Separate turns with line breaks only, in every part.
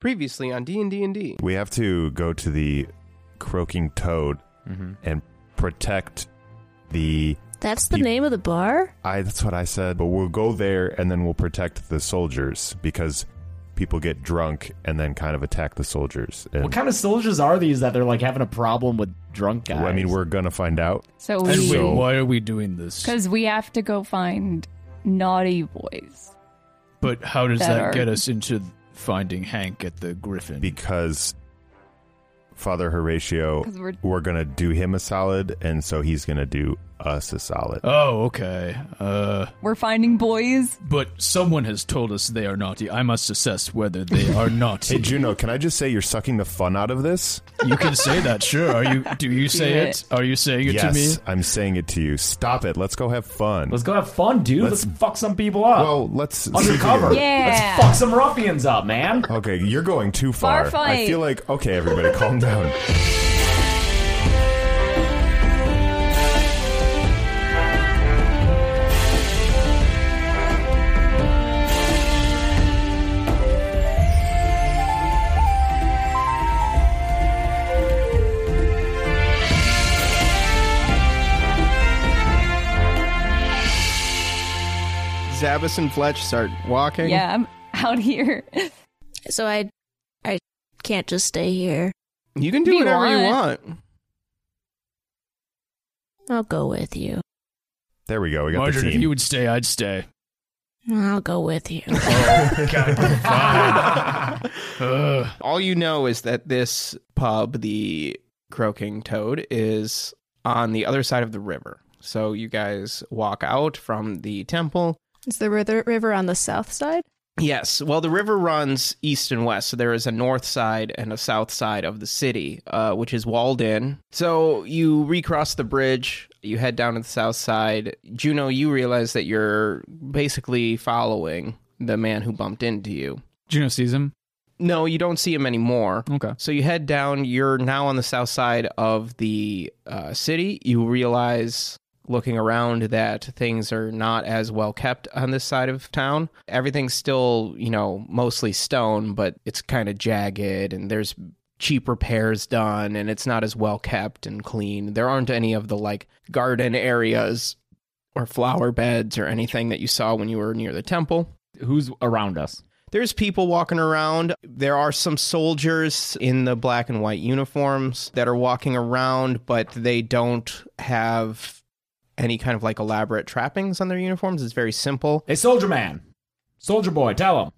previously on D and D and D.
We have to go to the croaking toad
Mm-hmm.
and protect the.
That's the
You-
name of the bar?
I. That's what I said. But we'll go there and then we'll protect the soldiers because people get drunk and then kind of attack the soldiers. And,
What kind of soldiers are these that they're like having a problem with drunk guys?
I mean, we're gonna find out.
So
And
So-
we,
wait, why are we doing this?
because we have to go find naughty boys.
But how does
That
that
are-
get us into finding Hank at the Griffin?
because Father Horatio,
'Cause we're-
gonna do him a solid, and so he's gonna do us a solid.
oh, okay. Uh,
We're finding boys.
but someone has told us they are naughty. I must assess whether they are
hey
naughty.
Juno, can I just say you're sucking the fun out of this?
you can say that, sure. Are you? Do you say
it.
it? Are you saying it to me?
yes, I'm saying it to you. Stop it. Let's go have fun.
Let's go have fun, dude. Let's,
Let's-
fuck some people up.
well, let's
Undercover.
Yeah.
Let's fuck some ruffians up, man.
Okay, you're going too far.
Bar
I
fight.
feel like okay, everybody, calm down.
Zabbis and Fletch start walking.
Yeah, I'm out here.
So I I can't just stay here.
you can do
If you
whatever you want.
want.
I'll go with you.
There we go. We got
Margaret,
the
if
team.
you would stay, I'd stay.
I'll go with you.
Ugh.
All you know is that this pub, the Croaking Toad, is on the other side of the river. So you guys walk out from the temple.
Is the river, river on the south side?
Yes. Well, the river runs east and west. So there is a north side and a south side of the city, uh, which is walled in. So you recross the bridge. You head down to the south side. Juno, you realize that you're basically following the man who bumped into you.
Juno sees him.
No, you don't see him anymore.
Okay.
So you head down. You're now on the south side of the uh, city. You realize, looking around, that things are not as well kept on this side of town. Everything's still, you know, mostly stone, but it's kind of jagged, and there's cheap repairs done, and it's not as well kept and clean. There aren't any of the like garden areas or flower beds or anything that you saw when you were near the temple
Who's around us?
there's people walking around. There are some soldiers in the black and white uniforms that are walking around, but they don't have any kind of like elaborate trappings on their uniforms. It's very simple.
Hey, soldier man, soldier boy, tell him.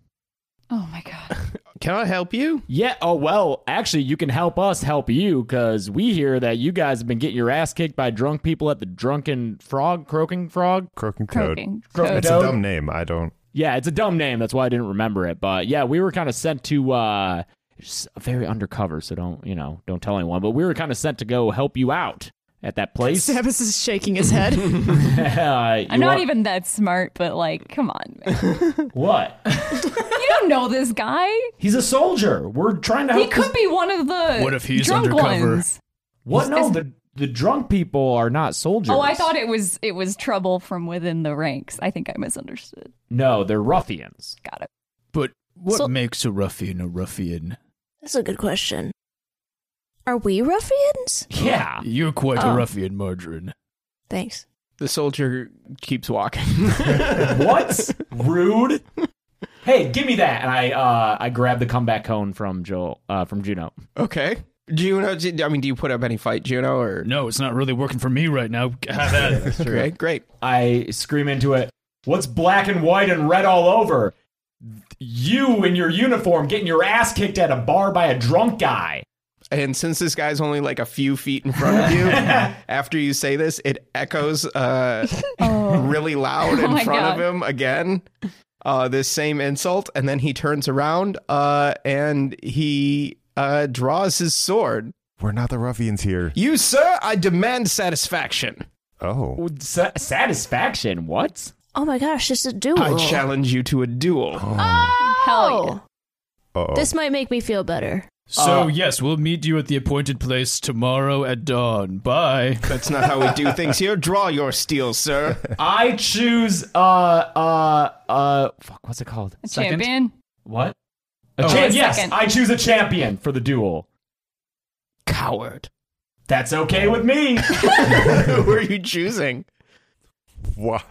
Oh my god.
Can I help you?
Yeah. Oh well, actually, you can help us help you because we hear that you guys have been getting your ass kicked by drunk people at the drunken frog, croaking frog.
Croaking toad.
Croaking.
Croaking
Toad.
It's
Toad.
a dumb name. I don't.
Yeah, it's a dumb name. That's why I didn't remember it. But yeah, we were kind of sent to uh s- very undercover, so don't you know, don't tell anyone. But we were kind of sent to go help you out at that place. uh,
Zabbis is shaking his head.
I'm not even that smart, but like, come on, man.
what?
you don't know this guy.
He's a soldier. We're trying to
He
help.
could
this-
be one of the
What if he's
drunk
undercover?
ones.
What? No, the the drunk people are not soldiers.
Oh, I thought it was it was trouble from within the ranks. I think I misunderstood.
No, they're ruffians.
Got it.
But what
So-
makes a ruffian a ruffian?
That's a good question. Are we ruffians?
Yeah.
You're quite
Oh.
a ruffian, Margarine.
Thanks.
The soldier keeps walking.
what? Rude. Hey, give me that, and I uh, I grab the comeback cone from Joel uh, from Juno.
okay. Juno, I mean, do you put up any fight, Juno? Or
No, it's not really working for me right now. Have at it.
okay, great.
I scream into it, What's black and white and red all over? You in your uniform getting your ass kicked at a bar by a drunk guy.
And since this guy's only like a few feet in front of you, after you say this, it echoes uh, really loud
Oh
in
my
front of
God.
him again. Uh, this same insult, and then he turns around uh, and he uh, draws his sword.
We're not the ruffians here.
You, sir, I demand satisfaction.
Oh,
Sa- satisfaction, what?
Oh my gosh, this is a duel.
I challenge you to a duel.
Hell yeah.
Oh,
oh.
this might make me feel better.
So
Uh,
yes, we'll meet you at the appointed place tomorrow at dawn. Bye.
That's not how we do things here. Draw your steel, sir.
I choose uh uh uh fuck what's it called?
Champion.
What? A
Oh.
cha-
Wait a
yes,
second.
I choose a champion for the duel.
Coward.
That's okay with me.
Who are you choosing?
Why?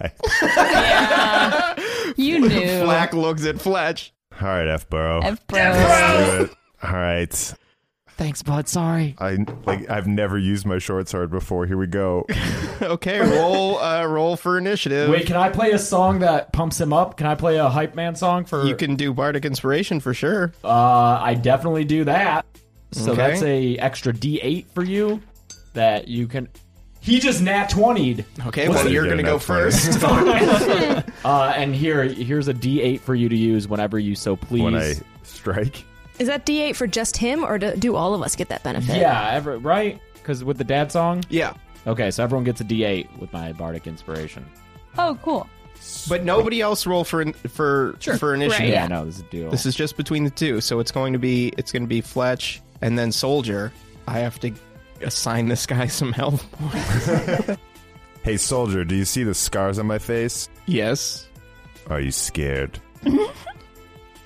You knew.
Flack looks at Fletch.
All right, F Burrow.
F bros.
Let's do it. All right.
Thanks, bud. Sorry.
I like I've never used my short sword before. Here we go.
Okay, roll uh, roll for initiative.
Wait, can I play a song that pumps him up? Can I play a hype man song for?
you can do bardic inspiration for sure.
Uh, I definitely do that. So
Okay.
that's a extra D8 for you that you can. He just nat 20'd.
Okay,
What's
well
it
you're
again?
gonna go
That's funny.
first.
Uh, and here, here's a D8 for you to use whenever you so please.
When I strike.
Is that D8 for just him, or do, do all of us get that benefit?
yeah, every, right? Because with the dad song.
yeah,
Okay, so everyone gets a D8 with my bardic inspiration.
Oh, cool.
but nobody else roll for in- for for initiative.
Yeah, no, this is a deal.
This is just between the two, so it's going to be it's going to be Fletch and then Soldier. I have to assign this guy some health points.
Hey soldier, do you see the scars on my face?
yes,
Are you scared?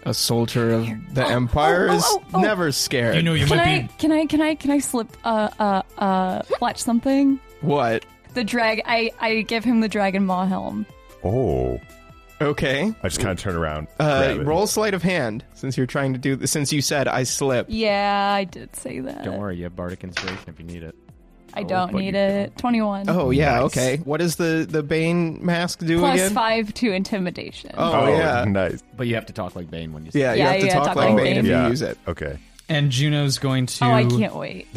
a soldier of the Empire
oh, oh,
is
oh, oh.
never scared.
You know, you
Can
might
I?
be.
Can I? Can I? Can I slip? Uh, uh, uh, flash something.
what?
The drag. I. I give him the dragon maw helm.
Oh.
Okay,
I just kind of turn around.
uh,
grab it.
roll sleight of hand since you're trying to do this. Since you said I slip,
Yeah, I did say that.
Don't worry, you have bardic inspiration if you need it.
I
Oh,
don't
but
need
you
it. Twenty-one.
Oh yeah, okay. What does the the Bane mask do
Plus
again?
five to intimidation.
Oh,
Oh,
yeah,
nice. Oh,
But you have to talk like Bane when you. say
yeah. You
Yeah,
have to
yeah,
talk, like Bane, if
Yeah.
you use it.
Okay.
And Juno's going to.
Oh, I can't wait.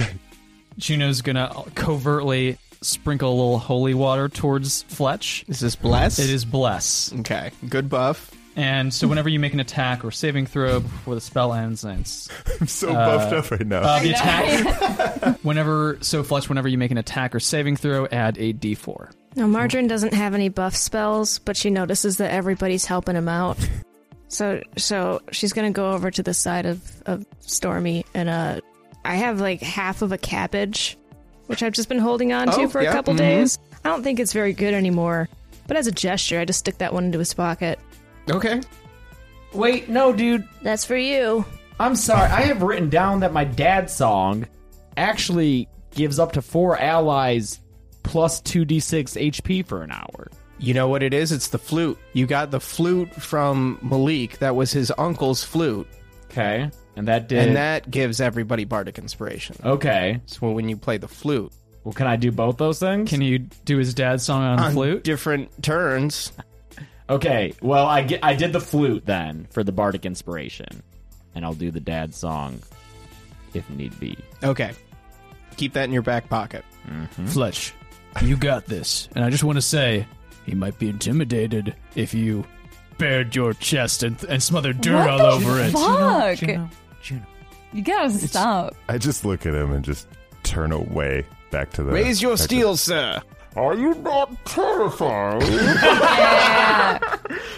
Juno's gonna covertly sprinkle a little holy water towards Fletch.
Is this bless?
It is bless,
okay. Good buff.
and so whenever you make an attack or saving throw before the spell ends, and it's
I'm so buffed up right now.
um,
uh, the attack. whenever so Fletch, whenever you make an attack or saving throw, add a d4.
Now, Margarine doesn't have any buff spells, but she notices that everybody's helping him out. So, so she's gonna go over to the side of, of Stormy, and uh, I have like half of a cabbage, which I've just been holding on to
Oh,
for
yeah,
a couple
mhm.
days. I don't think it's very good anymore, but as a gesture, I just stick that one into his pocket.
Okay.
Wait, no, dude.
That's for you.
I'm sorry. I have written down that my dad's song actually gives up to four allies plus 2d6 HP for an hour.
You know what it is? It's the flute. You got the flute from Malik. That was his uncle's flute,
Okay. And that did.
and that gives everybody bardic inspiration.
okay.
So when you play the flute
Well, can I do both those things?
Can you do his dad's song on,
on
flute?
different turns,
okay. Well, I, get, I did the flute then for the bardic inspiration. And I'll do the dad's song if need be.
okay. Keep that in your back pocket.
Fletch, you got this. And I just want to say, he might be intimidated if you bared your chest and, and smothered dirt
What
all
the
over it.
Fuck! You gotta stop.
I just look at him and just turn away back to the.
Raise your
Uh, back to-
steel, sir.
Are you not terrified?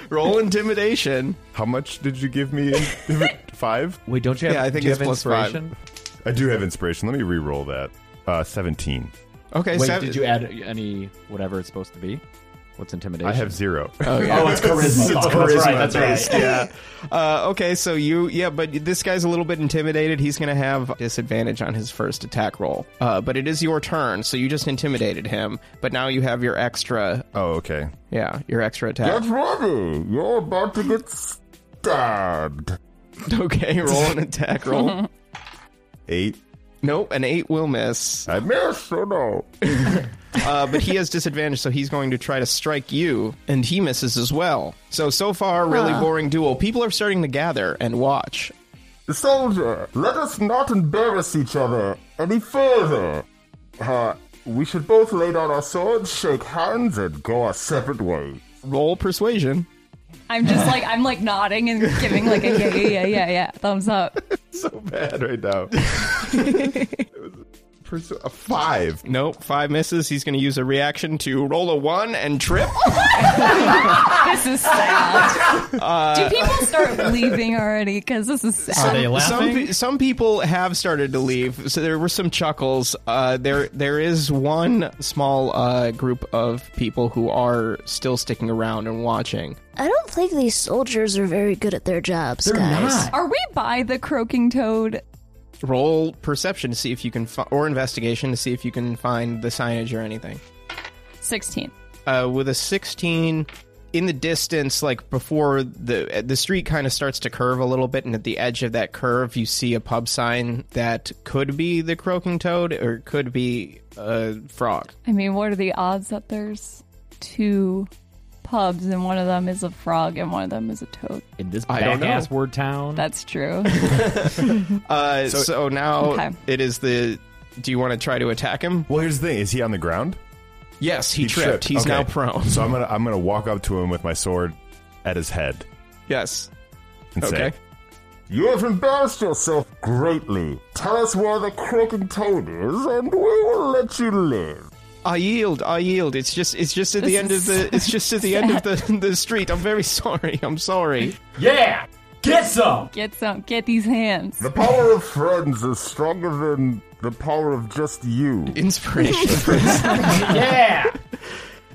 Roll intimidation.
How much did you give me? In, five?
Wait, don't you
have- Yeah, I think do you it's have plus five. inspiration?
I do have inspiration. Let me re-roll that. Uh, Seventeen.
Okay.
Wait,
seven-
did you add any whatever it's supposed to be? What's intimidation?
I have zero.
Uh,
Oh, it's charisma. Fuck, That's right. That's right.
yeah. Uh, okay, so you, yeah, but this guy's a little bit intimidated. He's going to have disadvantage on his first attack roll. Uh, but it is your turn, so you just intimidated him. But now you have your extra,
oh, okay.
yeah, your extra attack.
ready. You're about to get stabbed.
Okay, roll an attack roll.
Eight.
nope, an eight will miss.
I missed. Oh no.
Uh, but he has disadvantage, so he's going to try to strike you, and he misses as well. So, so far, really boring duel. People are starting to gather and watch.
Soldier, let us not embarrass each other any further. Uh, we should both lay down our swords, shake hands, and go our separate ways.
Roll persuasion.
I'm just like I'm like nodding and giving like a yeah yeah yeah yeah yeah thumbs up.
so bad right now.
Presu- a five.
Nope, five misses. He's going to use a reaction to roll a one and trip.
This is sad. Do people start leaving already? Because this is
Are
sad.
they
Some,
laughing?
pe- some people have started to leave, so there were some chuckles. Uh, there, there is one small uh, group of people who are still sticking around and watching.
I don't think these soldiers are very good at their jobs, guys.
Are we by the croaking toad?
Roll perception to see if you can, fi- or investigation to see if you can find the signage or anything.
16.
uh, with a 16 in the distance like before the the street kind of starts to curve a little bit and at the edge of that curve you see a pub sign that could be the croaking toad or it could be a frog
I mean, what are the odds that there's two pubs and one of them is a frog and one of them is a toad?
in this
I don't
back ass word town.
That's true.
uh, so, now
Okay.
it is the do you want to try to attack him
Well, here's the thing: is he on the ground?
yes he, tripped. he's
Okay.
now prone
So I'm gonna I'm gonna walk up to him with my sword at his head
yes
and
okay
say,
You have embarrassed yourself greatly. Tell us where the croaking toad is, and we will let you live.
i yield i yield it's just it's just at the
This
end of
is
the
so
it's just at the end of the, the street i'm very sorry i'm sorry
yeah, get some.
Get some. Get these hands.
The power of friends is stronger than the power of just you.
inspiration for
Yeah,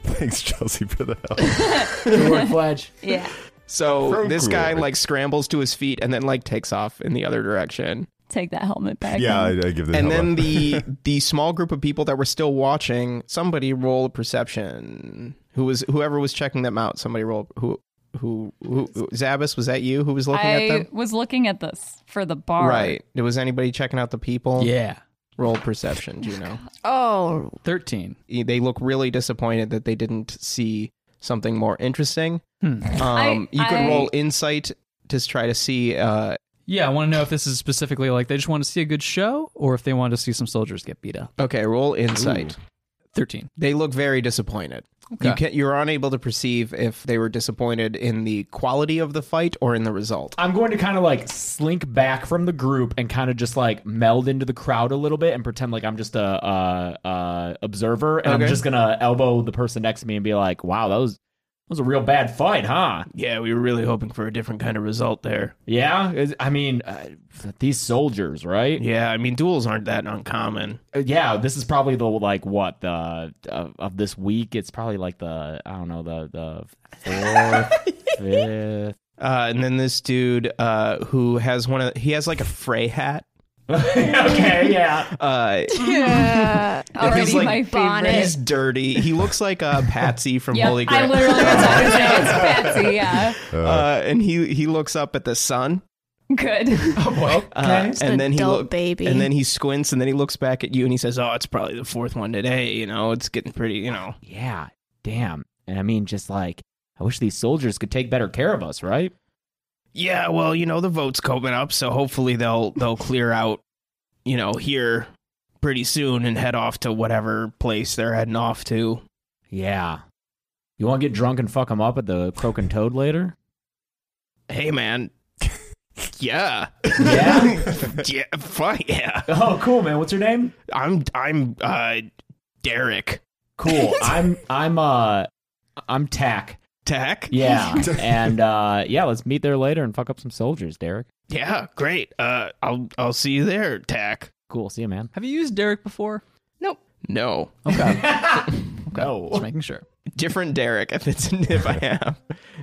"Thanks, Chelsea, for the help."
good work, Fledge.
Yeah.
So
So
this
cool.
guy like scrambles to his feet and then like takes off in the other direction.
Take that helmet back.
yeah, I,
and-
I give the
And
help
then
up.
the the small group of people that were still watching, somebody roll perception. Who was whoever was checking them out? Somebody roll who who, who Zabas was that you who was looking at
I
them?
was looking at this for the bar.
Right. Was anybody checking out the people?
Yeah.
Roll perception. Do you know?
Oh,
13.
They look really disappointed that they didn't see something more interesting. Um, you could
I-
roll insight to try to see uh,
Yeah, I want to know if this is specifically like they just want to see a good show or if they want to see some soldiers get beat up.
Okay, roll insight.
13.
They look very disappointed. You can, you're unable to perceive if they were disappointed in the quality of the fight or in the result.
I'm going to kind of like slink back from the group and kind of just like meld into the crowd a little bit and pretend like I'm just a uh, uh, observer and
Okay.
I'm just gonna elbow the person next to me and be like, "Wow, that was that was a real bad fight, huh?"
Yeah, we were really hoping for a different kind of result there.
Yeah, Is- I mean, uh, these soldiers, right?
Yeah, I mean duels aren't that uncommon.
Uh, yeah, this is probably the like what the of, of this week. It's probably like the I don't know the the fourth, fifth.
Uh, and then this dude uh, who has one of he has like a fray hat.
okay, yeah.
Uh,
yeah.
Already
like
my favorite.
he's dirty. He looks like a Patsy from
Yeah,
Holy
I
Grail.
literally was about to say it's fancy. Yeah.
uh, and he he looks up at the sun.
Good.
Uh,
Just
and
an
then he
adult
look,
baby.
and then he squints, and then he looks back at you, and he says, "Oh, it's probably the fourth one today. You know, it's getting pretty. You know,
Yeah, damn. And I mean, just like, I wish these soldiers could take better care of us, right?
yeah. Well, you know, the vote's coming up, so hopefully they'll they'll clear out, you know, here pretty soon and head off to whatever place they're heading off to.
Yeah. You want to get drunk and fuck them up at the Croaking Toad later?
Hey, man. yeah,
Yeah.
yeah, fine, yeah.
oh, cool, man. What's your name?
I'm I'm uh Derek
Cool. I'm I'm uh I'm Tack.
Tack.
Yeah. and uh yeah, let's meet there later and fuck up some soldiers, Derek.
Yeah, great. Uh, I'll I'll see you there, Tack.
Cool. See you, man.
Have you used Derek before?
No,
No.
Just making sure.
different Derek if it's if I am.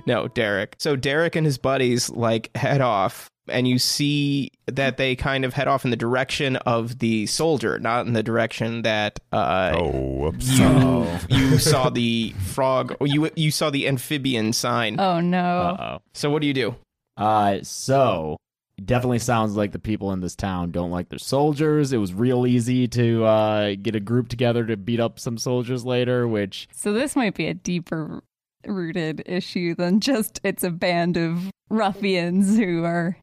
No, Derek. So Derek and his buddies like head off and you see that they kind of head off in the direction of the soldier, not in the direction that uh
oh, whoops.
you you saw the frog or you you saw the amphibian sign.
Oh, no.
Uh,
Uh-oh.
so what do you do?
Uh, so definitely sounds like the people in this town don't like their soldiers. It was real easy to uh, get a group together to beat up some soldiers later, which
So this might be a deeper rooted issue than just it's a band of ruffians who are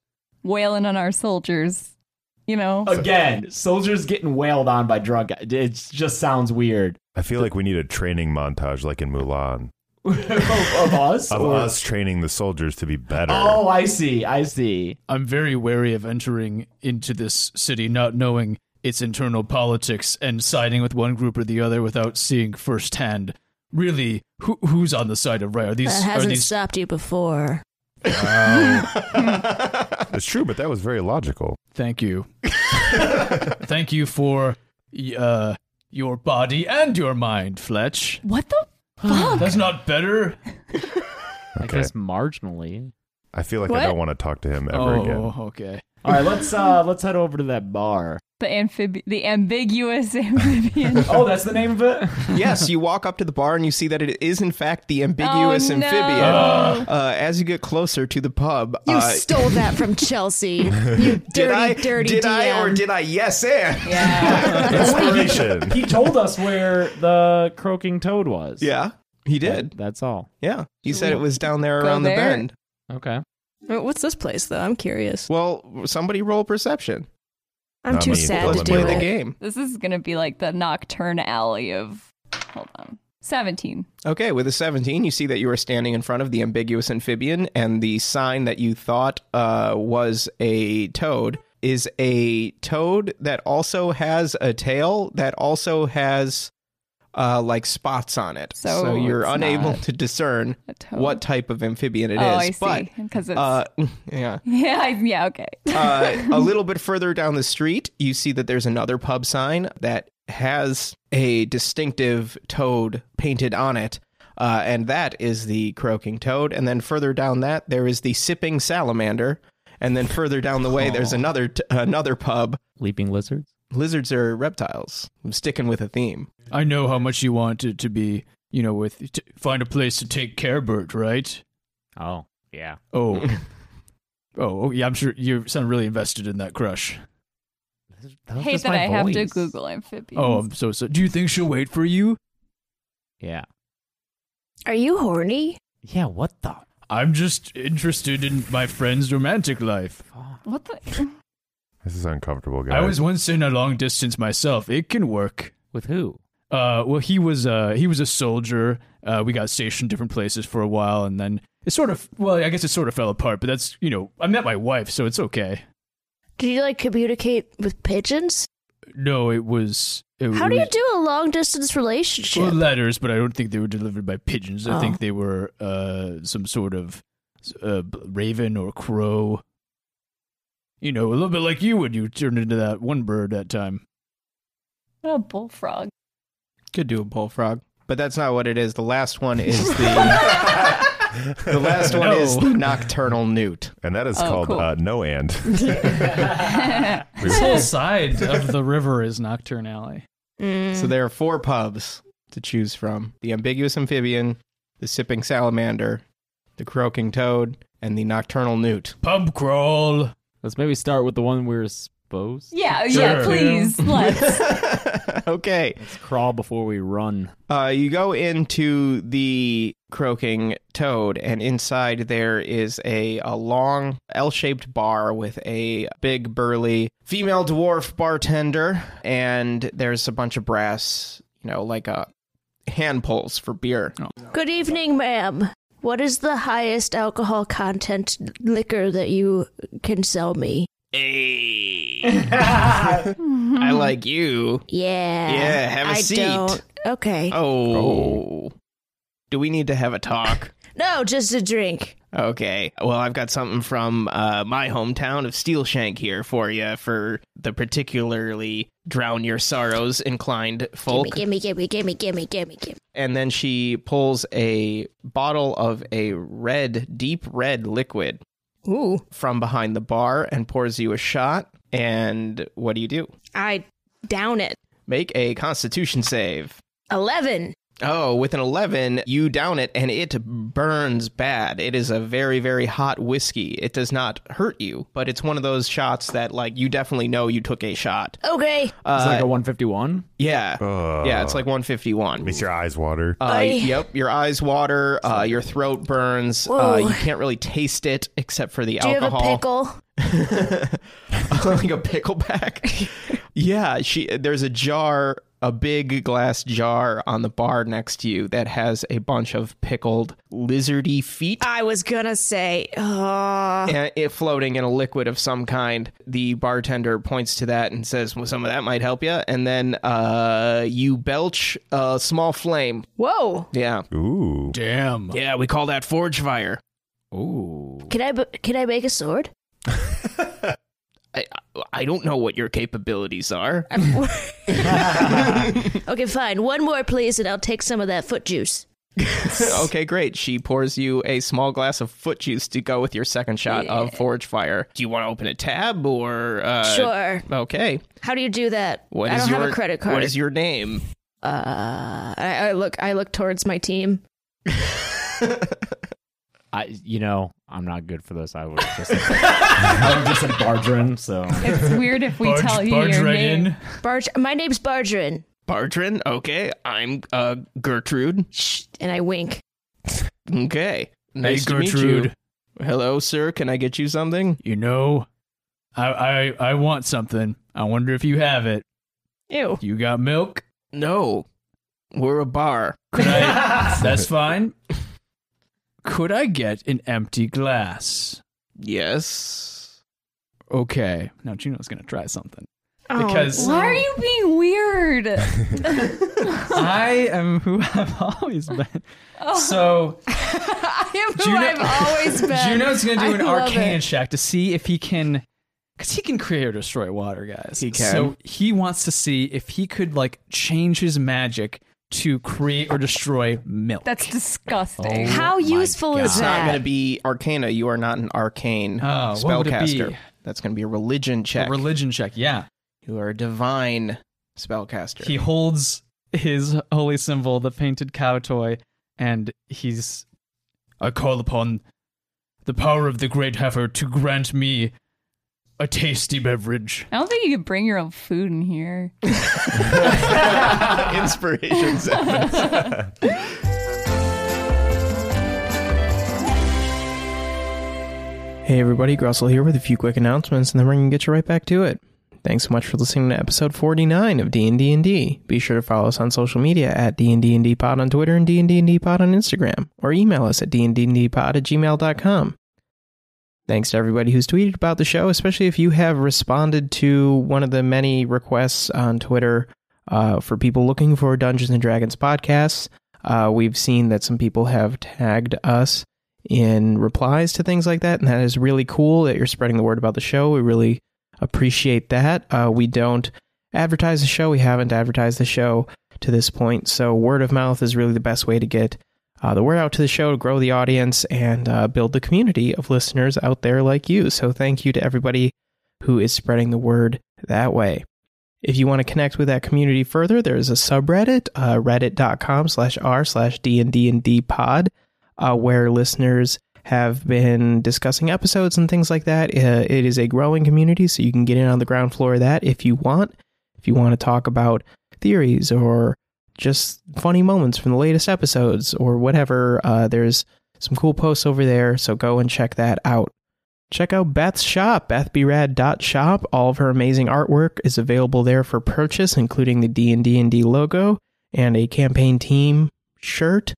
wailing on our soldiers. You know,
again, soldiers getting wailed on by drug. guy- It just sounds weird.
I feel like we need a training montage, like in Mulan,
of, of us.
of
or-
us training the soldiers to be better.
Oh, I see. I see.
I'm very wary of entering into this city not knowing its internal politics and siding with one group or the other without seeing firsthand really who, who's on the side of right. Are these
that
are
hasn't
these
stopped you before.
it's true, but that was very logical.
Thank you. Thank you for y- uh, your body and your mind, Fletch.
What the fuck?
That's not better.
I guess marginally.
I feel like
What?
I don't want to talk to him ever
oh,
again.
okay.
All right, let's uh let's head over to that bar.
The amphibi- the ambiguous amphibian.
Oh, that's the name of it.
yes, you walk up to the bar and you see that it is in fact the ambiguous
Oh, no.
amphibian. Uh, as you get closer to the pub,
You
uh,
stole that from Chelsea. You dirty,
did I?
dirty
did I or
DM.
did I? Yes, and
Inspiration.
He told us where the croaking toad was.
yeah, he did.
That's all.
Yeah, he said it was down there
Go
around the
there.
bend.
Okay.
Wait, What's this place, though? I'm curious.
Well, somebody roll perception.
I'm
I
too
mean,
sad
let's
Let's
to do
play
it.
the game.
This is gonna be like the Nocturne Alley of. Hold on. Seventeen.
Okay, with a 17, you see that you are standing in front of the ambiguous amphibian, and the sign that you thought uh, was a toad is a toad that also has a tail that also has uh, like spots on it.
So
you're
it's
unable
not
to discern
A toad.
what type of amphibian it is.
oh, I
But,
see. Because it's.
uh, yeah.
yeah. I, yeah. Okay.
Uh, a little bit further down the street, you see that there's another pub sign that has a distinctive toad painted on it. Uh, and that is the croaking toad. And then further down that, there is the sipping salamander. And then further down the way, there's another t- another pub.
Leaping lizards.
Lizards are reptiles. I'm sticking with a theme.
I know how much you want it to be, you know, with to find a place to take care of Bert, right?
Oh, yeah.
Oh. oh, oh, yeah, I'm sure you sound really invested in that crush.
Hate that I have to Google amphibians.
Oh, I'm so so. Do you think she'll wait for you?
Yeah.
Are you horny?
Yeah. What the?
I'm just interested in my friend's romantic life.
What the?
This is uncomfortable, guys.
I was once in a long distance myself. It can work.
With who?
Uh, well, he was uh, he was a soldier. Uh, we got stationed different places for a while, and then it sort of well, I guess it sort of fell apart. But that's you know, I met my wife, so it's okay.
Do you like communicate with pigeons?
No, it was. It,
How
it
do you
was-
do a long distance relationship?
Well, letters, but I don't think they were delivered by pigeons. I
Oh.
think they were uh, some sort of uh, b- raven or crow. You know, a little bit like you when you turned into that one bird that time.
What a bullfrog.
Could do a bullfrog. But that's not what it is. The last one is the the last one is the nocturnal newt.
and that is
Oh,
called
cool.
uh, No And.
This whole side of the river is Nocturne Alley.
So there are four pubs to choose from the ambiguous amphibian, the sipping salamander, the croaking toad, and the nocturnal newt.
Pub crawl.
Let's maybe start with the one we were supposed.
yeah.
Sure.
Yeah. Please. Let's.
okay.
Let's crawl before we run.
Uh, you go into the croaking toad, and inside there is a, a long L shaped bar with a big, burly female dwarf bartender, and there's a bunch of brass, you know, like uh hand pulls for beer.
Good evening, ma'am. What is the highest alcohol content liquor that you can sell me?
I like you.
Yeah.
Yeah, have a
I
seat.
Don't. Okay.
Oh. Do we need to have a talk?
No, just a drink.
okay. Well, I've got something from uh, my hometown of Steelshank here for you for the particularly drown your sorrows inclined folk.
Gimme, gimme, gimme, gimme, gimme, gimme.
And then she pulls a bottle of a red, deep red liquid
Ooh,
from behind the bar and pours you a shot. And what do you do?
I down it.
Make a constitution save.
Eleven.
Oh, with an 11, you down it and it burns bad. It is a very, very hot whiskey. It does not hurt you, but it's one of those shots that, like, you definitely know you took a shot.
Okay.
It's like
Uh,
a 151.
yeah.
Ugh.
yeah, it's like 151.
Makes your eyes water.
Uh, yep, your eyes water, uh, your throat burns. Uh,
Whoa.
you can't really taste it except for the
Do you have
alcohol.
a pickle?
like a pickleback. yeah, she there's a jar a big glass jar on the bar next to you that has a bunch of pickled lizardy feet
I was gonna say, oh,
and it floating in a liquid of some kind. The bartender points to that and says, "Well, some of that might help you." And then uh, you belch a small flame.
whoa.
Yeah,
Ooh.
Damn.
yeah, we call that forge fire.
Ooh.
Can I bu- can I make a sword?
I I don't know what your capabilities are.
Okay, fine. One more, please, and I'll take some of that foot juice.
okay, great. She pours you a small glass of foot juice to go with your second shot of forge fire. Do you want to open a tab or? Uh,
sure.
Okay.
How do you do that?
What
I
is
don't have
your
a credit card.
What is your name?
Uh, I, I look, I look towards my team.
I, you know, I'm not good for this. I was just, I'm just a bardrin, so
It's weird if we
Barge,
tell you
barge
your
right
name.
in.
Barge? My name's Bargerin.
Bartrin. Okay, I'm uh Gertrude.
Shh, and I wink.
Okay. Nice
hey,
to meet
Gertrude.
you. Hello, sir. Can I get you something?
You know, I, I I want something. I wonder if you have it.
Ew.
You got milk?
No. We're a bar.
Could I, that's fine. Could I get an empty glass?
Yes.
Okay. Now Gino's gonna try something because
Why are you being weird?
I am who I've always been.
Oh.
So
I am who
Juno-
I've always been.
Juno's gonna do
I
an
love
arcane
it.
check to see if he can, because he can create or destroy water, guys.
He can.
So he wants to see if he could like change his magic to create or destroy milk.
That's disgusting.
Oh.
How
Oh
useful is
It's not
that?
going to be arcana. You are not an arcane
Oh, what would it
spellcaster.
be?
That's going to be a religion check.
a religion check. Yeah,
you are a divine spellcaster.
he holds his holy symbol, the painted cow toy, and he's
I call upon the power of the great heifer to grant me a tasty beverage.
I don't think you could bring your own food in here.
Inspiration
Hey everybody, Grussel here with a few quick announcements, and then we're gonna get you right back to it. Thanks so much for listening to episode 49 of D&D and D. Be sure to follow us on social media at D&D and D Pod on Twitter and D&D and D Pod on Instagram, or email us at dndndpod at gmail.com. Thanks to everybody who's tweeted about the show, especially if you have responded to one of the many requests on Twitter uh, for people looking for Dungeons and Dragons podcasts. Uh, we've seen that some people have tagged us in replies to things like that, and that is really cool that you're spreading the word about the show. We really appreciate that. Uh, we don't advertise the show. We haven't advertised the show to this point, so word of mouth is really the best way to get uh, the word out to the show, grow the audience, and uh, build the community of listeners out there like you. So thank you to everybody who is spreading the word that way. If you want to connect with that community further, there is a subreddit, uh, reddit.com slash r slash dnd pod, uh, where listeners have been discussing episodes and things like that. Uh, it is a growing community, so you can get in on the ground floor of that if you want. If you want to talk about theories or just funny moments from the latest episodes or whatever, uh, there's some cool posts over there, so go and check that out. Check out Beth's shop, bethbrad.shop. All of her amazing artwork is available there for purchase, including the D&D and D logo and a campaign team shirt.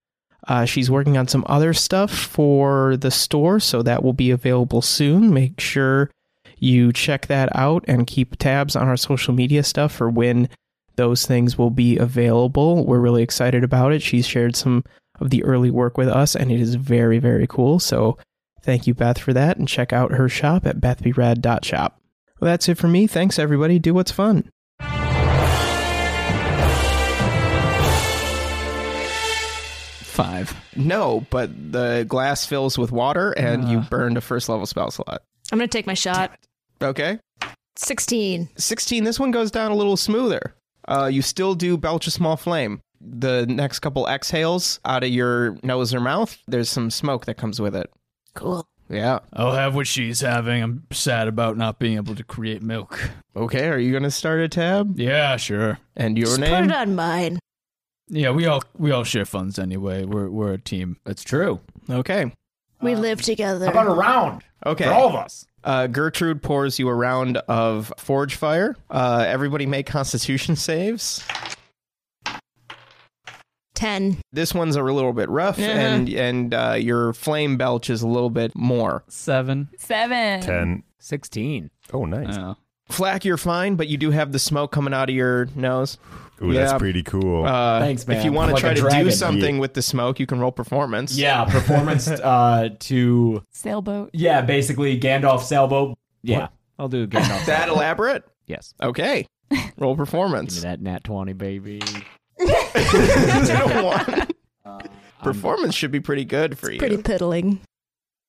Uh, she's working on some other stuff for the store, so that will be available soon. Make sure you check that out and keep tabs on our social media stuff for when those things will be available. We're really excited about it. She's shared some of the early work with us, and it is very, very cool. So Thank you, Beth, for that, and check out her shop at bethbrad.shop. Well, that's it for me. Thanks, everybody. Do what's fun.
five.
No, but the glass fills with water, and you burned a first level spell slot.
I'm gonna take my shot.
Okay.
Sixteen.
16. This one goes down a little smoother. Uh, you still do belch a small flame. The next couple exhales out of your nose or mouth, there's some smoke that comes with it.
Cool.
Yeah.
I'll have what she's having. I'm sad about not being able to create milk.
Okay. Are you going to start a tab?
Yeah, sure.
And your
Just put
name?
it on mine.
Yeah, we all we all share funds anyway. We're we're a team.
That's true.
Okay.
We live together.
round
Okay.
of us?
Uh, Gertrude pours you a round of Forge Fire. Uh, everybody make Constitution saves.
Ten.
This one's a little bit rough,
Yeah.
and and uh, your flame belch is a little bit more.
Seven.
Seven.
16.
Oh, nice.
Flack, you're fine, but you do have the smoke coming out of your nose.
Ooh, that's pretty cool.
Uh,
Thanks, man.
If you want to
Like
try
a
to do
dragon.
something with the smoke, you can roll performance.
Yeah, performance uh, to
Sailboat.
yeah, basically Gandalf sailboat. Yeah,
What?
I'll do Gandalf.
that
sailboat.
elaborate?
Yes.
Okay. Roll performance.
Give me that nat twenty, baby. Um,
One. performance should be pretty good for you.
Pretty piddling.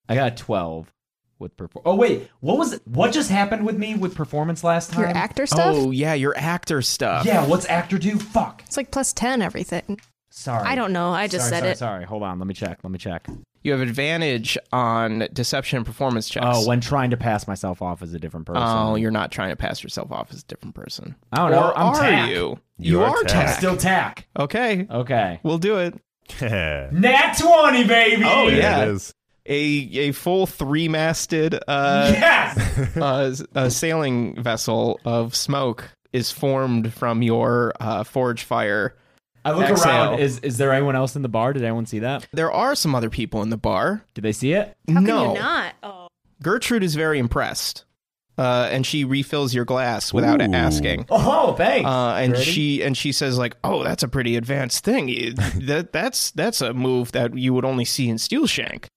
I got a twelve with performance. Oh wait, what was what just happened with me with performance last time?
Your actor stuff?
Oh yeah, your actor stuff.
Yeah, what's actor do? Fuck.
It's like plus 10 everything.
Sorry.
I don't know. I just
Sorry,
said
sorry,
it.
Sorry, hold on. Let me check. Let me check.
You have advantage on deception and performance checks.
Oh, when trying to pass myself off as a different person.
Oh, you're not trying to pass yourself off as a different person.
I don't know.
Or
I'm
are
tack.
you?
You are
are
tack.
tack.
Still tack.
Okay,
Okay.
we'll do it.
Nat 20, baby.
Oh yeah,
It is.
a a full three masted uh,
Yes.
uh, s- a sailing vessel of smoke is formed from your uh, forge fire.
I look
Exhale.
around. Is is there anyone else in the bar? Did anyone see that?
There are some other people in the bar.
Did they see it?
How
How
no,
can you not? Oh.
Gertrude is very impressed, uh, and she refills your glass without
Ooh.
asking.
Oh, thanks.
Uh, and
Gertie?
she and she says like, "Oh, that's a pretty advanced thing. You- that that's that's a move that you would only see in Steel Shank.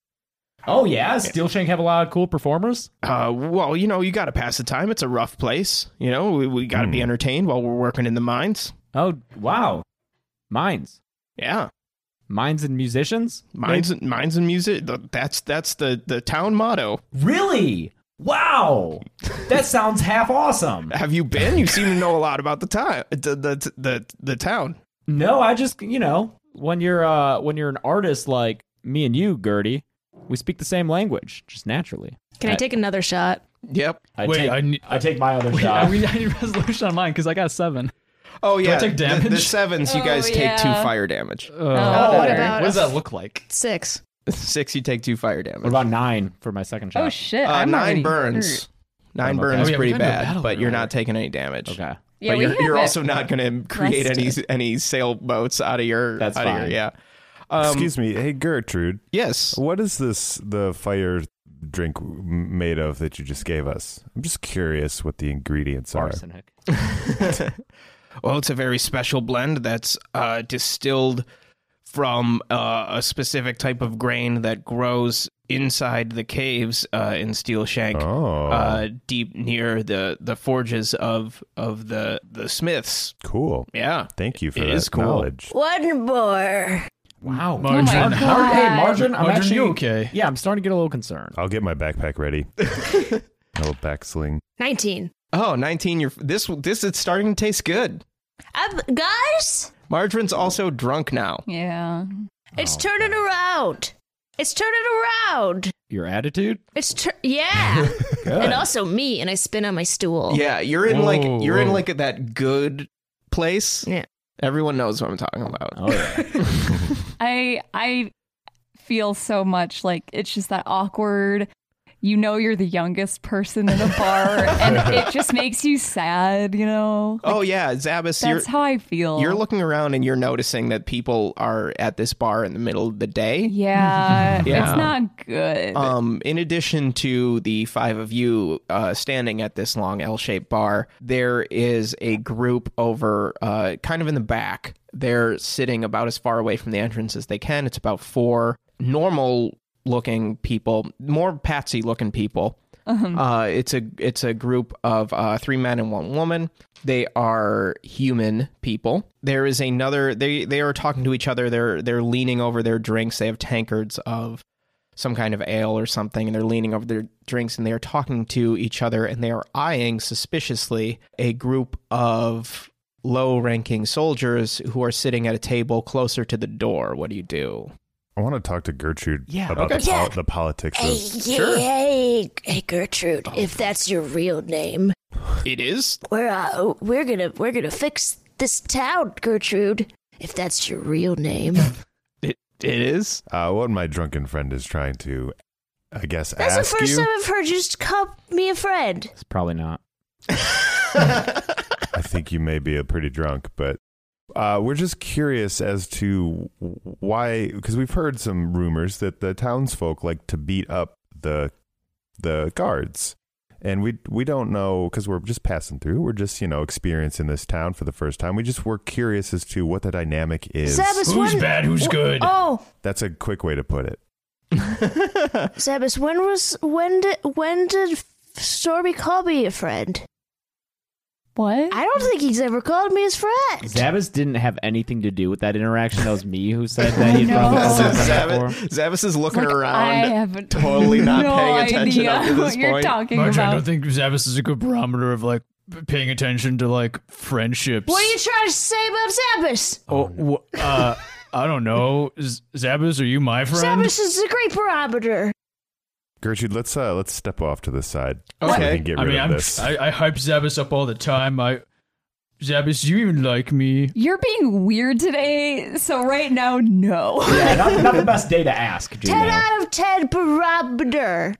Oh yeah, Steel Shank have a lot of cool performers.
Uh, well, you know, you got to pass the time. It's a rough place. You know, we, we got to be entertained while we're working in the mines.
Oh wow, mines,
Yeah,
mines and musicians.
mines, mines and music. th- That's that's the the town motto.
Really? Wow, that sounds half awesome.
Have you been? You seem to know a lot about the time, the the the, the town.
No, I just you know when you're uh when you're an artist like me and you, Gertie, we speak the same language just naturally.
Can I
Uh,
take another shot?
Yep.
I
Wait,
take,
I need-
I take my other
Wait,
shot.
I, we, I need resolution on mine because I got a seven.
Oh yeah,
take
the- The,
damage?
sevens. You
Oh,
guys take two
yeah.
fire damage.
Uh,
Oh,
what
there.
about-
What does that look like?
Six.
Six. You take two fire damage.
what about nine for my second shot?
Oh shit!
Uh,
I'm
nine
already
burns.
hurt.
Nine
Oh, okay.
burns
Oh, yeah,
pretty
we gotta do a
bad,
battle
but
room,
you're
right?
not taking any damage.
Okay.
Yeah,
but
we
you're,
have
you're
it.
also not going to create any
rested.
any sailboats out of your
That's
out of your-
fine.
yeah. Um,
Excuse me. Hey, Gertrude.
Yes.
What is this, the fire drink m- made of that you just gave us? I'm just curious what the ingredients are.
Arsenic.
Well, it's a very special blend that's uh, distilled from uh, a specific type of grain that grows inside the caves uh, in Steel Shank,
Oh,
uh, deep near the, the forges of of the the smiths.
cool.
Yeah.
Thank you for
It
that
is cool.
knowledge.
One more.
Wow.
Margin.
Oh my
Mar- hey,
God.
Margin, Uh, I'm
Margin,
actually
you okay?
Yeah, I'm starting to get a little concerned.
I'll get my backpack ready. I'll backsling.
Nineteen.
Oh, 19 you're this this is starting to taste good.
Up, guys,
Margarine's also drunk now.
Yeah.
Oh,
it's turning around. It's turning around.
Your attitude?
It's tur- yeah,
Good.
and also me. And I spin on my stool.
Yeah, you're in like
Whoa,
you're in
whoa.
like that good place.
Yeah.
Everyone knows what I'm talking about.
oh, yeah.
I I feel so much like it's just that awkward. You know you're the youngest person in a bar, and it just makes you sad. You know.
Oh yeah, Zabas, you're
That's how I feel.
you're looking around and you're noticing that people are at this bar in the middle of the day.
Yeah,
Yeah.
it's not good.
Um, in addition to the five of you uh, standing at this long L-shaped bar, there is a group over, uh, kind of in the back. They're sitting about as far away from the entrance as they can. It's about four normal-looking people, more patsy-looking people. Uh, it's a it's a group of uh, three men and one woman. They are human people. There is another. They they are talking to each other. They're they're leaning over their drinks. They have tankards of some kind of ale or something, and they're leaning over their drinks and they are talking to each other and they are eyeing suspiciously a group of low ranking soldiers who are sitting at a table closer to the door. What do you do?
I want to talk to Gertrude
Yeah,
about
okay.
the, pol-
Yeah.
the politics
Hey,
of.
yeah,
Sure.
hey, hey, Gertrude, if that's your real name,
It is?
we're uh, we're gonna we're gonna fix this town, Gertrude. If that's your real name,
It, it is?
Uh, what my drunken friend is trying to, I guess,
that's
ask
the first
you.
time I've heard you just call me a friend.
It's probably not.
I think you may be a pretty drunk, but Uh, we're just curious as to why, because we've heard some rumors that the townsfolk like to beat up the the guards, and we we don't know because we're just passing through. We're just you know experiencing this town for the first time. We just were curious as to what the dynamic is.
Zabas,
Who's
when-
bad, who's
wh-
good?
Oh,
That's a quick way to put it.
Zabas, when was when did when did Stormy call me a friend?
What?
I don't think he's ever called me his friend.
Zabbis didn't have anything to do with that interaction. That was me who said that. He'd
No.
probably
This
done
is
that before.
Zavis, Zavis is looking
Like, I
around,
have
totally not
no
paying attention
idea
up to this
what you're
point.
talking
Marjorie, I
about.
don't think Zavis is a good barometer of like paying attention to like friendships.
What are you trying to say about Zabas?
Oh, wh- uh, I don't know. Z- Zabbis, are you my friend?
Zabas is a great barometer.
Gertrude, let's uh let's step off to the side so we
Okay.
can get
I
rid
mean,
of
I'm,
this.
I, I hype Zabbis up all the time. I Zabbis, do you even like me?
You're being weird today, so right now, no.
Yeah, not, not the best day to ask, Gino.
Ten out of ten barometer.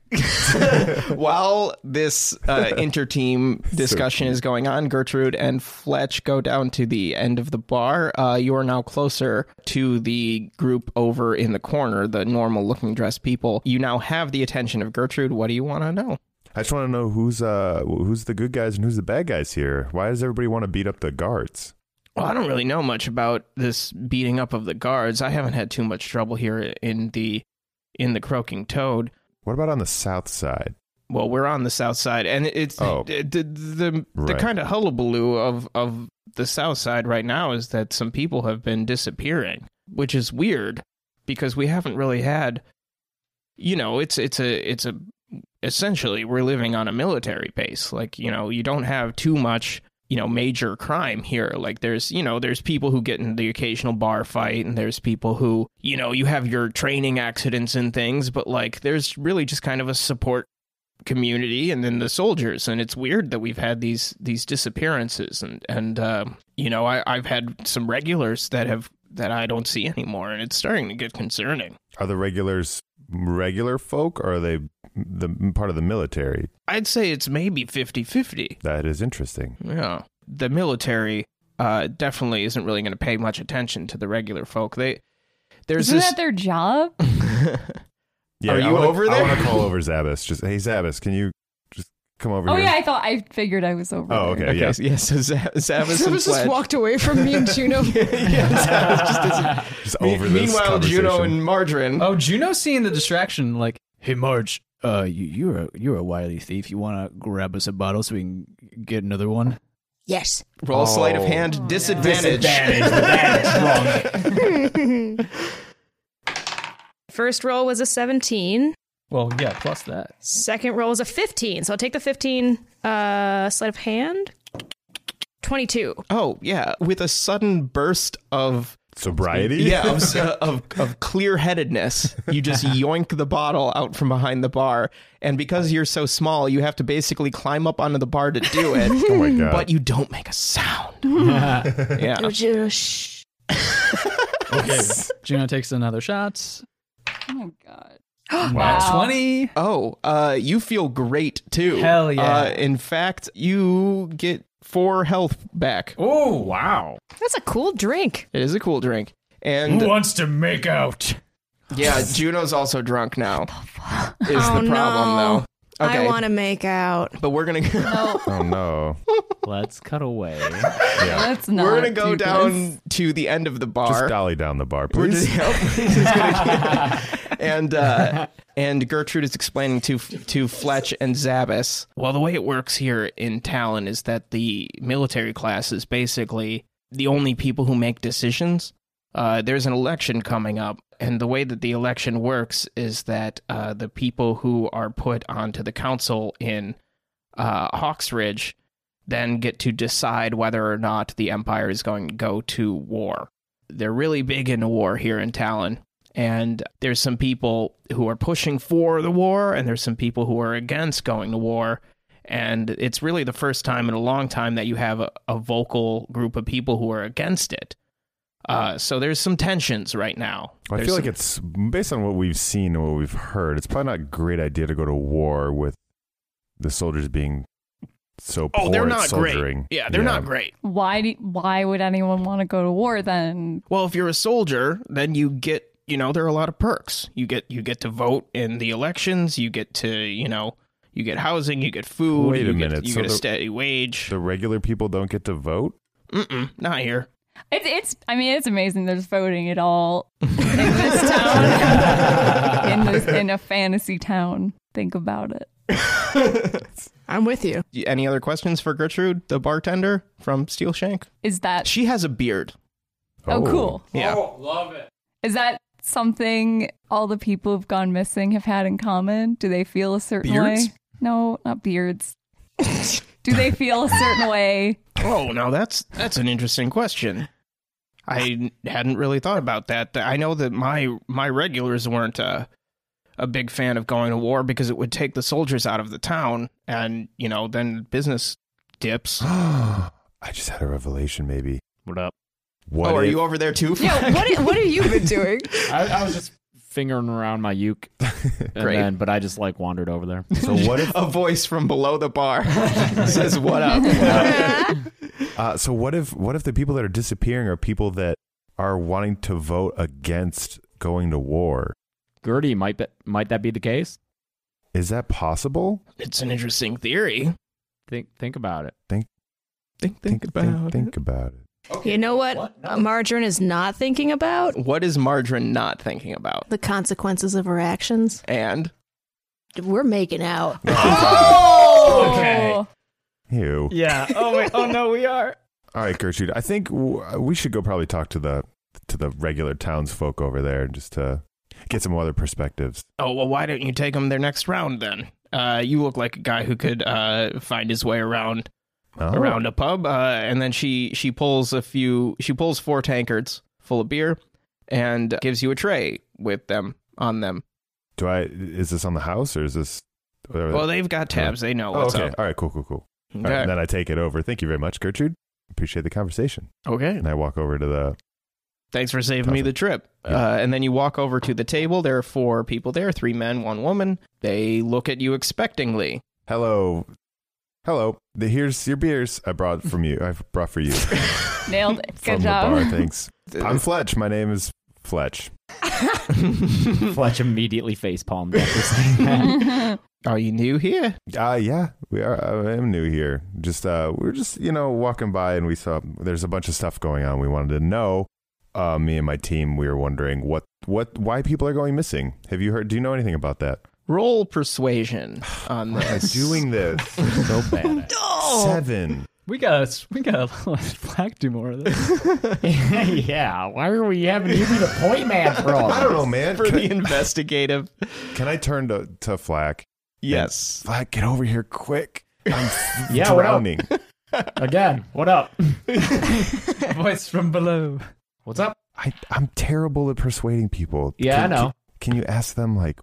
While this uh, inter-team discussion is going on, Gertrude and Fletch go down to the end of the bar. Uh, you are now closer to the group over in the corner, the normal-looking dressed people. You now have the attention of Gertrude. What do you want to know?
I just want to know who's uh who's the good guys and who's the bad guys here. Why does everybody want to beat up the guards?
Well, I don't really know much about this beating up of the guards. I haven't had too much trouble here in the in the croaking toad.
What about on the south side?
well, we're on the south side, and it's
Oh.
the the, the, the
Right.
kind of hullabaloo of of the south side right now is that some people have been disappearing, which is weird because we haven't really had, you know, it's it's a it's a essentially we're living on a military base. Like you know, you don't have too much you know major crime here like there's you know there's people who get in the occasional bar fight and there's people who you know you have your training accidents and things but like there's really just kind of a support community and then the soldiers and it's weird that we've had these these disappearances and and uh, you know I, I've had some regulars that have that I don't see anymore and it's starting to get concerning.
Are the regulars regular folk or are they the part of the military?
I'd say it's maybe 50-50.
That is interesting.
Yeah, the military uh, definitely isn't really going to pay much attention to the regular folk. They there's
Isn't
this.
that their job? Oh,
Yeah,
Are
I
you
wanna-
over
I
there?
want to call over Zabas. Just hey Zabas, can you just come over
Oh
here?
yeah, I thought I figured I was over.
Oh,
there.
okay, yeah.
so- yeah. So Zav- Zavis and
Zabbis just
Fletch-
walked away from me and Juno.
yeah, Zavis just doesn't-
Just over this
Meanwhile, Juno
conversation.
and Margarine.
Oh, Juno seeing the distraction, like
Hey, Marge, uh, you, you're a you're a wily thief. You want to grab us a bottle so we can get another one?
Yes.
Roll sleight of
Oh.
hand, disadvantage.
First roll was a 17.
well, yeah, plus that.
Second roll was a 15. So I'll take the 15 uh, sleight of hand. 22.
Oh yeah, with a sudden burst of
sobriety.
yeah of of, of clear headedness, you just yoink the bottle out from behind the bar, and because you're so small, you have to basically climb up onto the bar to do it,
Oh my god.
but you don't make a sound. yeah,
Juno, shh.
Okay, Juno takes another shot.
Oh my god.
Wow, twenty.
Oh, uh, you feel great too.
Hell yeah.
Uh, in fact, you get four health back.
Oh wow.
That's a cool drink.
It is a cool drink, and
Who wants to make out?
yeah, Juno's also drunk now. Is
Oh,
the problem
no.
though? Okay,
I want to make out.
but we're gonna.
oh no.
Let's cut away.
That's not.
We're gonna go
do this.
down to the end of the
Just
bar.
dolly down the bar,
We're
please.
just- yep, this is gonna- and uh, and Gertrude is explaining to to Fletch and Zabas. Well, the way it works here in Talon is that the military class is basically the only people who make decisions. Uh, there's an election coming up, and the way that the election works is that uh, the people who are put onto the council in uh, Hawks Ridge then get to decide whether or not the Empire is going to go to war. They're really big into war here in Talon. And there's some people who are pushing for the war, and there's some people who are against going to war. And it's really the first time in a long time that you have a, a vocal group of people who are against it. Uh, so there's some tensions right now.
I
There's
feel
some-
like it's based on what we've seen and what we've heard. It's probably not a great idea to go to war with the soldiers being so
Oh,
poor
they're
at
not
soldiering.
great. Yeah, they're not great.
Why? Do, why would anyone want to go to war then?
Well, if you're a soldier, then you get you know there are a lot of perks. You get you get to vote in the elections. You get to you know you get housing. You get food.
Wait a
you
minute,
Get, you
so
get a
the-
steady wage.
The regular people don't get to vote.
Mm-mm, not here.
It's, it's. I mean, it's amazing. There's voting at all in this town. in this, in a fantasy town. Think about it.
I'm with you.
Y- Any other questions for Gertrude, the bartender from Steel Shank?
Is that?
She has a beard.
Oh, cool.
Yeah.
Is that something all the people who've gone missing have had in common? Do they feel a certain
Beards?
way? No, not beards. Do they feel a certain way?
Oh, now that's that's an interesting question. I hadn't really thought about that. I know that my my regulars weren't a, a big fan of going to war because it would take the soldiers out of the town, and you know, then business dips.
I just had a revelation. Maybe.
What up?
Oh,
What? if-
over there too?
Yo, what i- what have you been doing?
I, I was just fingering around my uke, and
Great.
then, but I just like wandered over there.
so what if?
a voice from below the bar says, "What up?"
Uh, so what if? What if the people that are disappearing are people that are wanting to vote against going to war?
Gertie, might be, might that be the case?
Is that possible?
It's an interesting theory.
Think think about it.
Think
think, think about it.
You know what, uh, Margarine is not thinking about?
What is Margarine not thinking about?
The consequences of her actions.
And
We're making out.
Okay.
Ew.
Yeah. Oh wait. Oh no, we are.
All right, Gertrude. I think w- we should go probably talk to the to the regular townsfolk over there just to get some other perspectives.
Oh, well, why don't you take him their next round then? Uh, you look like a guy who could uh, find his way around
Oh.
around a pub. Uh, and then she she pulls a few. She pulls four tankards full of beer and gives you a tray with them on them.
Do I? Is this on the house or is this? Whatever.
Well, they've got tabs. They know
oh,
what's
okay.
up.
All right. Cool. Cool. Cool. All right,
Okay.
and then I take it over. Thank you very much, Gertrude. Appreciate the conversation.
okay.
And I walk over to the.
Thanks for saving me the trip.
Yeah.
Uh, and then you walk over to the table. There are four people there: three men, one woman. They look at you expectingly.
Hello. Hello. The, here's your beers I brought from you. I brought for you
Nailed it.
from
Good
the bar.
job.
Thanks. I'm Fletch. My name is Fletch.
Fletch immediately face palmed after saying that.
Are you new here?
Uh yeah, we are. I am new here. Just uh, we were just you know walking by and we saw there's a bunch of stuff going on. We wanted to know. Uh, me and my team, we were wondering what what why people are going missing. Have you heard? Do you know anything about that?
Roll persuasion on this.
Doing this
so bad.
Oh. seven.
We got we got Black do more of this.
yeah. Why are we having you be the point man for all?
I don't know, man.
for the
Can,
investigative.
can I turn to to Flack?
Yes.
Flack, get over here quick. I'm
Yeah, what up?
drowning.
Again. What up?
Voice from below.
What's up?
I I'm terrible at persuading people.
Yeah,
Can-
I know.
Can, can you ask them like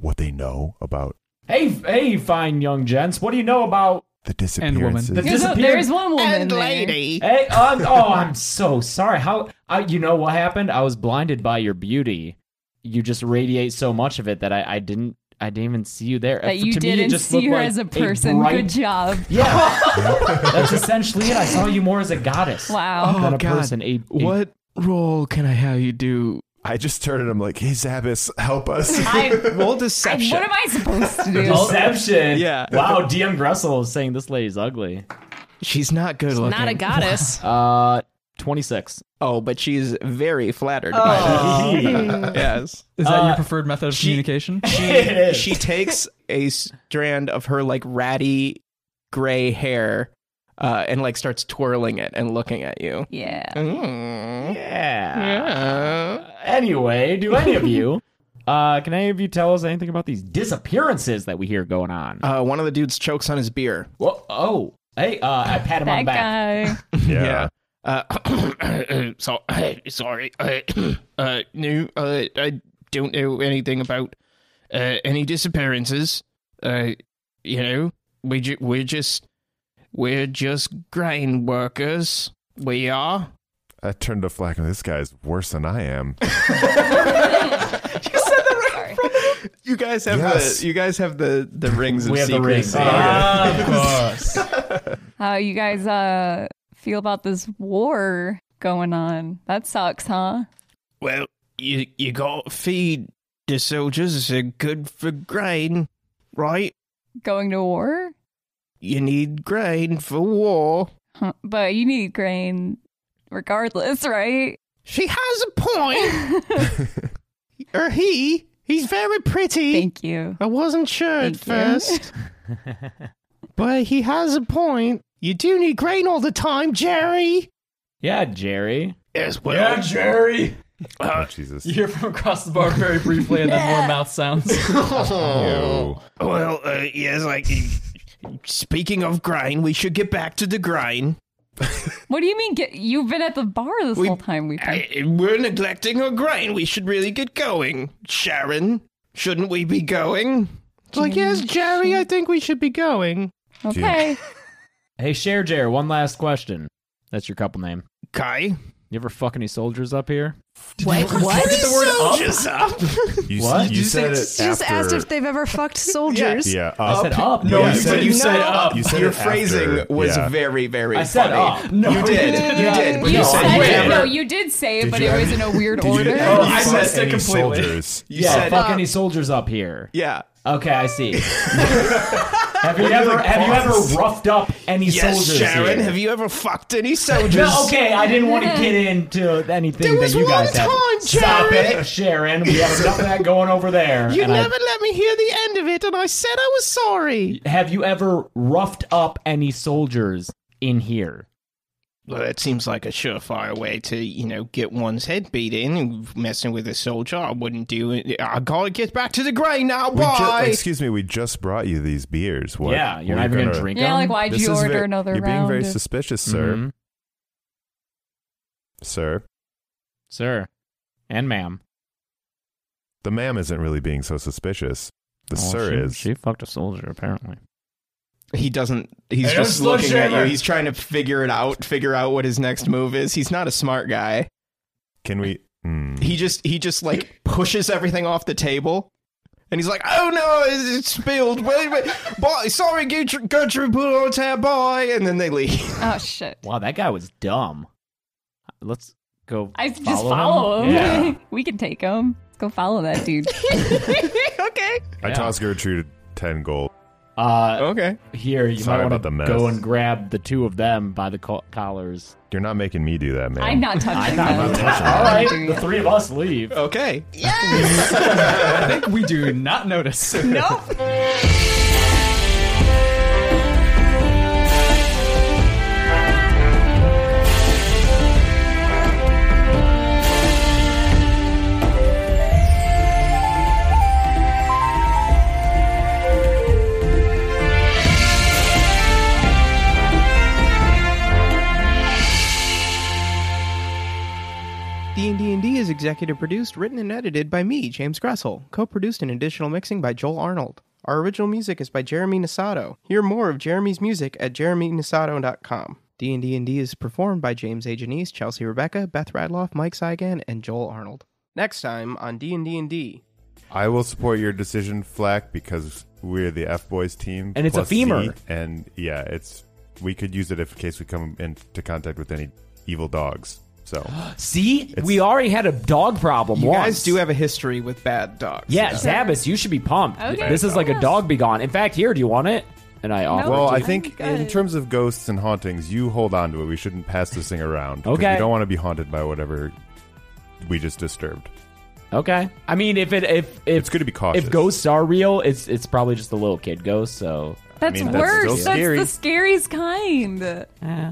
what they know about
Hey, hey, fine young gents. What do you know about
the
And woman.
disappearances?
The-
There's, a- there's one woman
And
there.
lady.
Hey, um, oh, I'm so sorry. How I, you know what happened? I was blinded by your beauty. You just radiate so much of it that I, I didn't I didn't even see you there.
That you
to me, it
didn't
just
see
looked
her
like
as a person.
bright-
Good job.
Yeah, that's essentially it. I saw you more as a goddess
Wow.
than a
Oh, God.
person. A, a-
What role can I have you do?
I just turned and I'm like, hey, Zabbis, help us.
I,
Roll
I, what
deception.
am I supposed to do?
Deception.
Yeah.
Wow. DM Gressel is saying this lady's ugly.
she's not good looking.
Not a goddess.
Uh, twenty six.
Oh, but she's very flattered by this. yes.
Is that
Uh,
your preferred method of
she-
communication?
She, she takes a strand of her like ratty gray hair uh, and like starts twirling it and looking at you.
Yeah.
Mm.
Yeah.
Yeah.
Anyway, do any of you? Uh, can any of you tell us anything about these disappearances that we hear going on?
Uh, one of the dudes chokes on his beer.
Whoa, oh, hey, uh, I pat him on the
That
back.
guy.
Yeah. Uh, so sorry. Uh, uh, no, uh, I don't know anything about uh, any disappearances. Uh, you know, we ju- we're just we're just grain workers. We are.
I turned to Flack and this guy's worse than I am.
Sorry.
You guys have
Yes.
the you guys have the the rings of
We have the rings. Oh,
secrecy.
uh,
How you guys uh feel about this war going on? That sucks, huh?
Well, you you got feed the soldiers. They're good for grain, right?
Going to war?
You need grain for war.
Huh, But you need grain regardless, right?
She has a point. or he. He's very pretty.
Thank you.
I wasn't sure at
Thank you.
first, but he has a point. You do need grain all the time, Jerry.
Yeah, Jerry.
Yes, well.
Yeah, Jerry.
Oh, Jesus.
You hear from across the bar very briefly, and then more mouth sounds.
Ew.
Well, uh, yes, like. uh, Speaking of grain, we should get back to the grain.
What do you mean? Get, you've been at the bar this
We-
whole time. We've been.
I- Uh, we're neglecting our grain. We should really get going. Sharon, shouldn't we be going? It's like, yes,
Mm-hmm.
Jerry, I think we should be going.
okay.
Hey, Share Jer, one last question. That's your couple name.
Kai,
You ever fuck any soldiers up here?
Wait, what?
the word up.
You,
What?
what? you said it
She just asked
after-
if they've ever fucked soldiers.
Yeah, up.
I said up.
No,
yeah.
you said-
you said up.
You said
Your
it
phrasing
after.
was
Yeah.
very, very
I said "Oh,
funny.
up.
No,
You did. You did. But
You
you
said
said
it. No,
whatever.
you did say it,
Did
but
you
it
have-
was in a weird
Did you-
order.
Oh,
I
you
said
fucked
it
any
completely.
Soldiers.
You
Yeah,
said
fuck
up.
any soldiers up here.
Yeah.
Okay, I see. have you ever have you ever roughed up any
Yes,
soldiers?
Sharon,
here?
have you ever fucked any soldiers?
No, okay, I didn't want to get into anything
There was
that you guys
one time,
have. Stop
Sharon.
it, Sharon. We have enough of that going over there.
You
And I-
never let me hear the end of it, and I said I was sorry.
have you ever roughed up any soldiers in here?
Well, that seems like a surefire way to, you know, get one's head beat in. Messing with a soldier, I wouldn't do it. I gotta get back to the grain now.
We ju-
Bye.
excuse me, we just brought you these beers. What?
Yeah, you're
we're
not even gonna,
gonna-
drink
yeah,
them.
like why'd
This
you
is
order
very-
another
You're being
round?
very
of-
suspicious, sir.
Mhm.
Sir,
sir and ma'am.
the ma'am isn't really being so suspicious. The
Well,
sir
Oh, she,
is.
She fucked a soldier, apparently.
He doesn't. He's
Hey, don't
just
slow
looking at you.
shaver.
He's trying to figure it out. Figure out what his next move is. He's not a smart guy.
Can we? Mm.
He just he just like pushes everything off the table, and he's like, "Oh no, it's, it's spilled. Wait, wait, bye. Sorry, Gertrude, Gertrude Boulotard, bye." And then they leave.
oh shit!
Wow, that guy was dumb. Let's go.
I just
follow
follow him.
him. Yeah.
we can take him. Let's go follow that dude.
okay.
I
Yeah.
toss Gertrude ten gold.
Uh,
Okay.
here you
Sorry
might
about the
want to
mess.
go and grab the two of them by the co- collars.
You're not making me do that, man.
I'm not touching that.
All right, the three of us leave.
Okay.
I think we do not notice.
D&D and D is executive produced, written and edited by me, James Gressel. Co-produced and additional mixing by Joel Arnold. Our original music is by Jeremy Nisato. Hear more of Jeremy's music at jeremynisato.com. D&D and D is performed by James A. Janice, Chelsea Rebecca, Beth Radloff, Mike Saigan, and Joel Arnold. Next time on D&D and D.
I will support your decision, Flack, because we're the F Boys team,
And it's a
plus
femur.
Z, and yeah, it's we could use it if in case we come into contact with any evil dogs. So
See, we already had a dog problem.
You
once.
guys do have a history with bad dogs.
Yeah, Zabbis, you should be pumped.
Okay. oh,
This is like a
Yes.
dog be gone. In fact, here, do you want it? And I offer.
Well,
it to
I
you.
think
I'm
in
good.
terms of ghosts and hauntings, you hold on to it. We shouldn't pass this thing around. 'cause
Okay.
We don't want to be haunted by whatever we just disturbed.
Okay. I mean, if it if if
It's good to be cautious.
If ghosts are real, it's it's probably just a little kid ghost. So
That's
mean, that's
worse.
still
That's,
scary.
the scariest kind.
eh,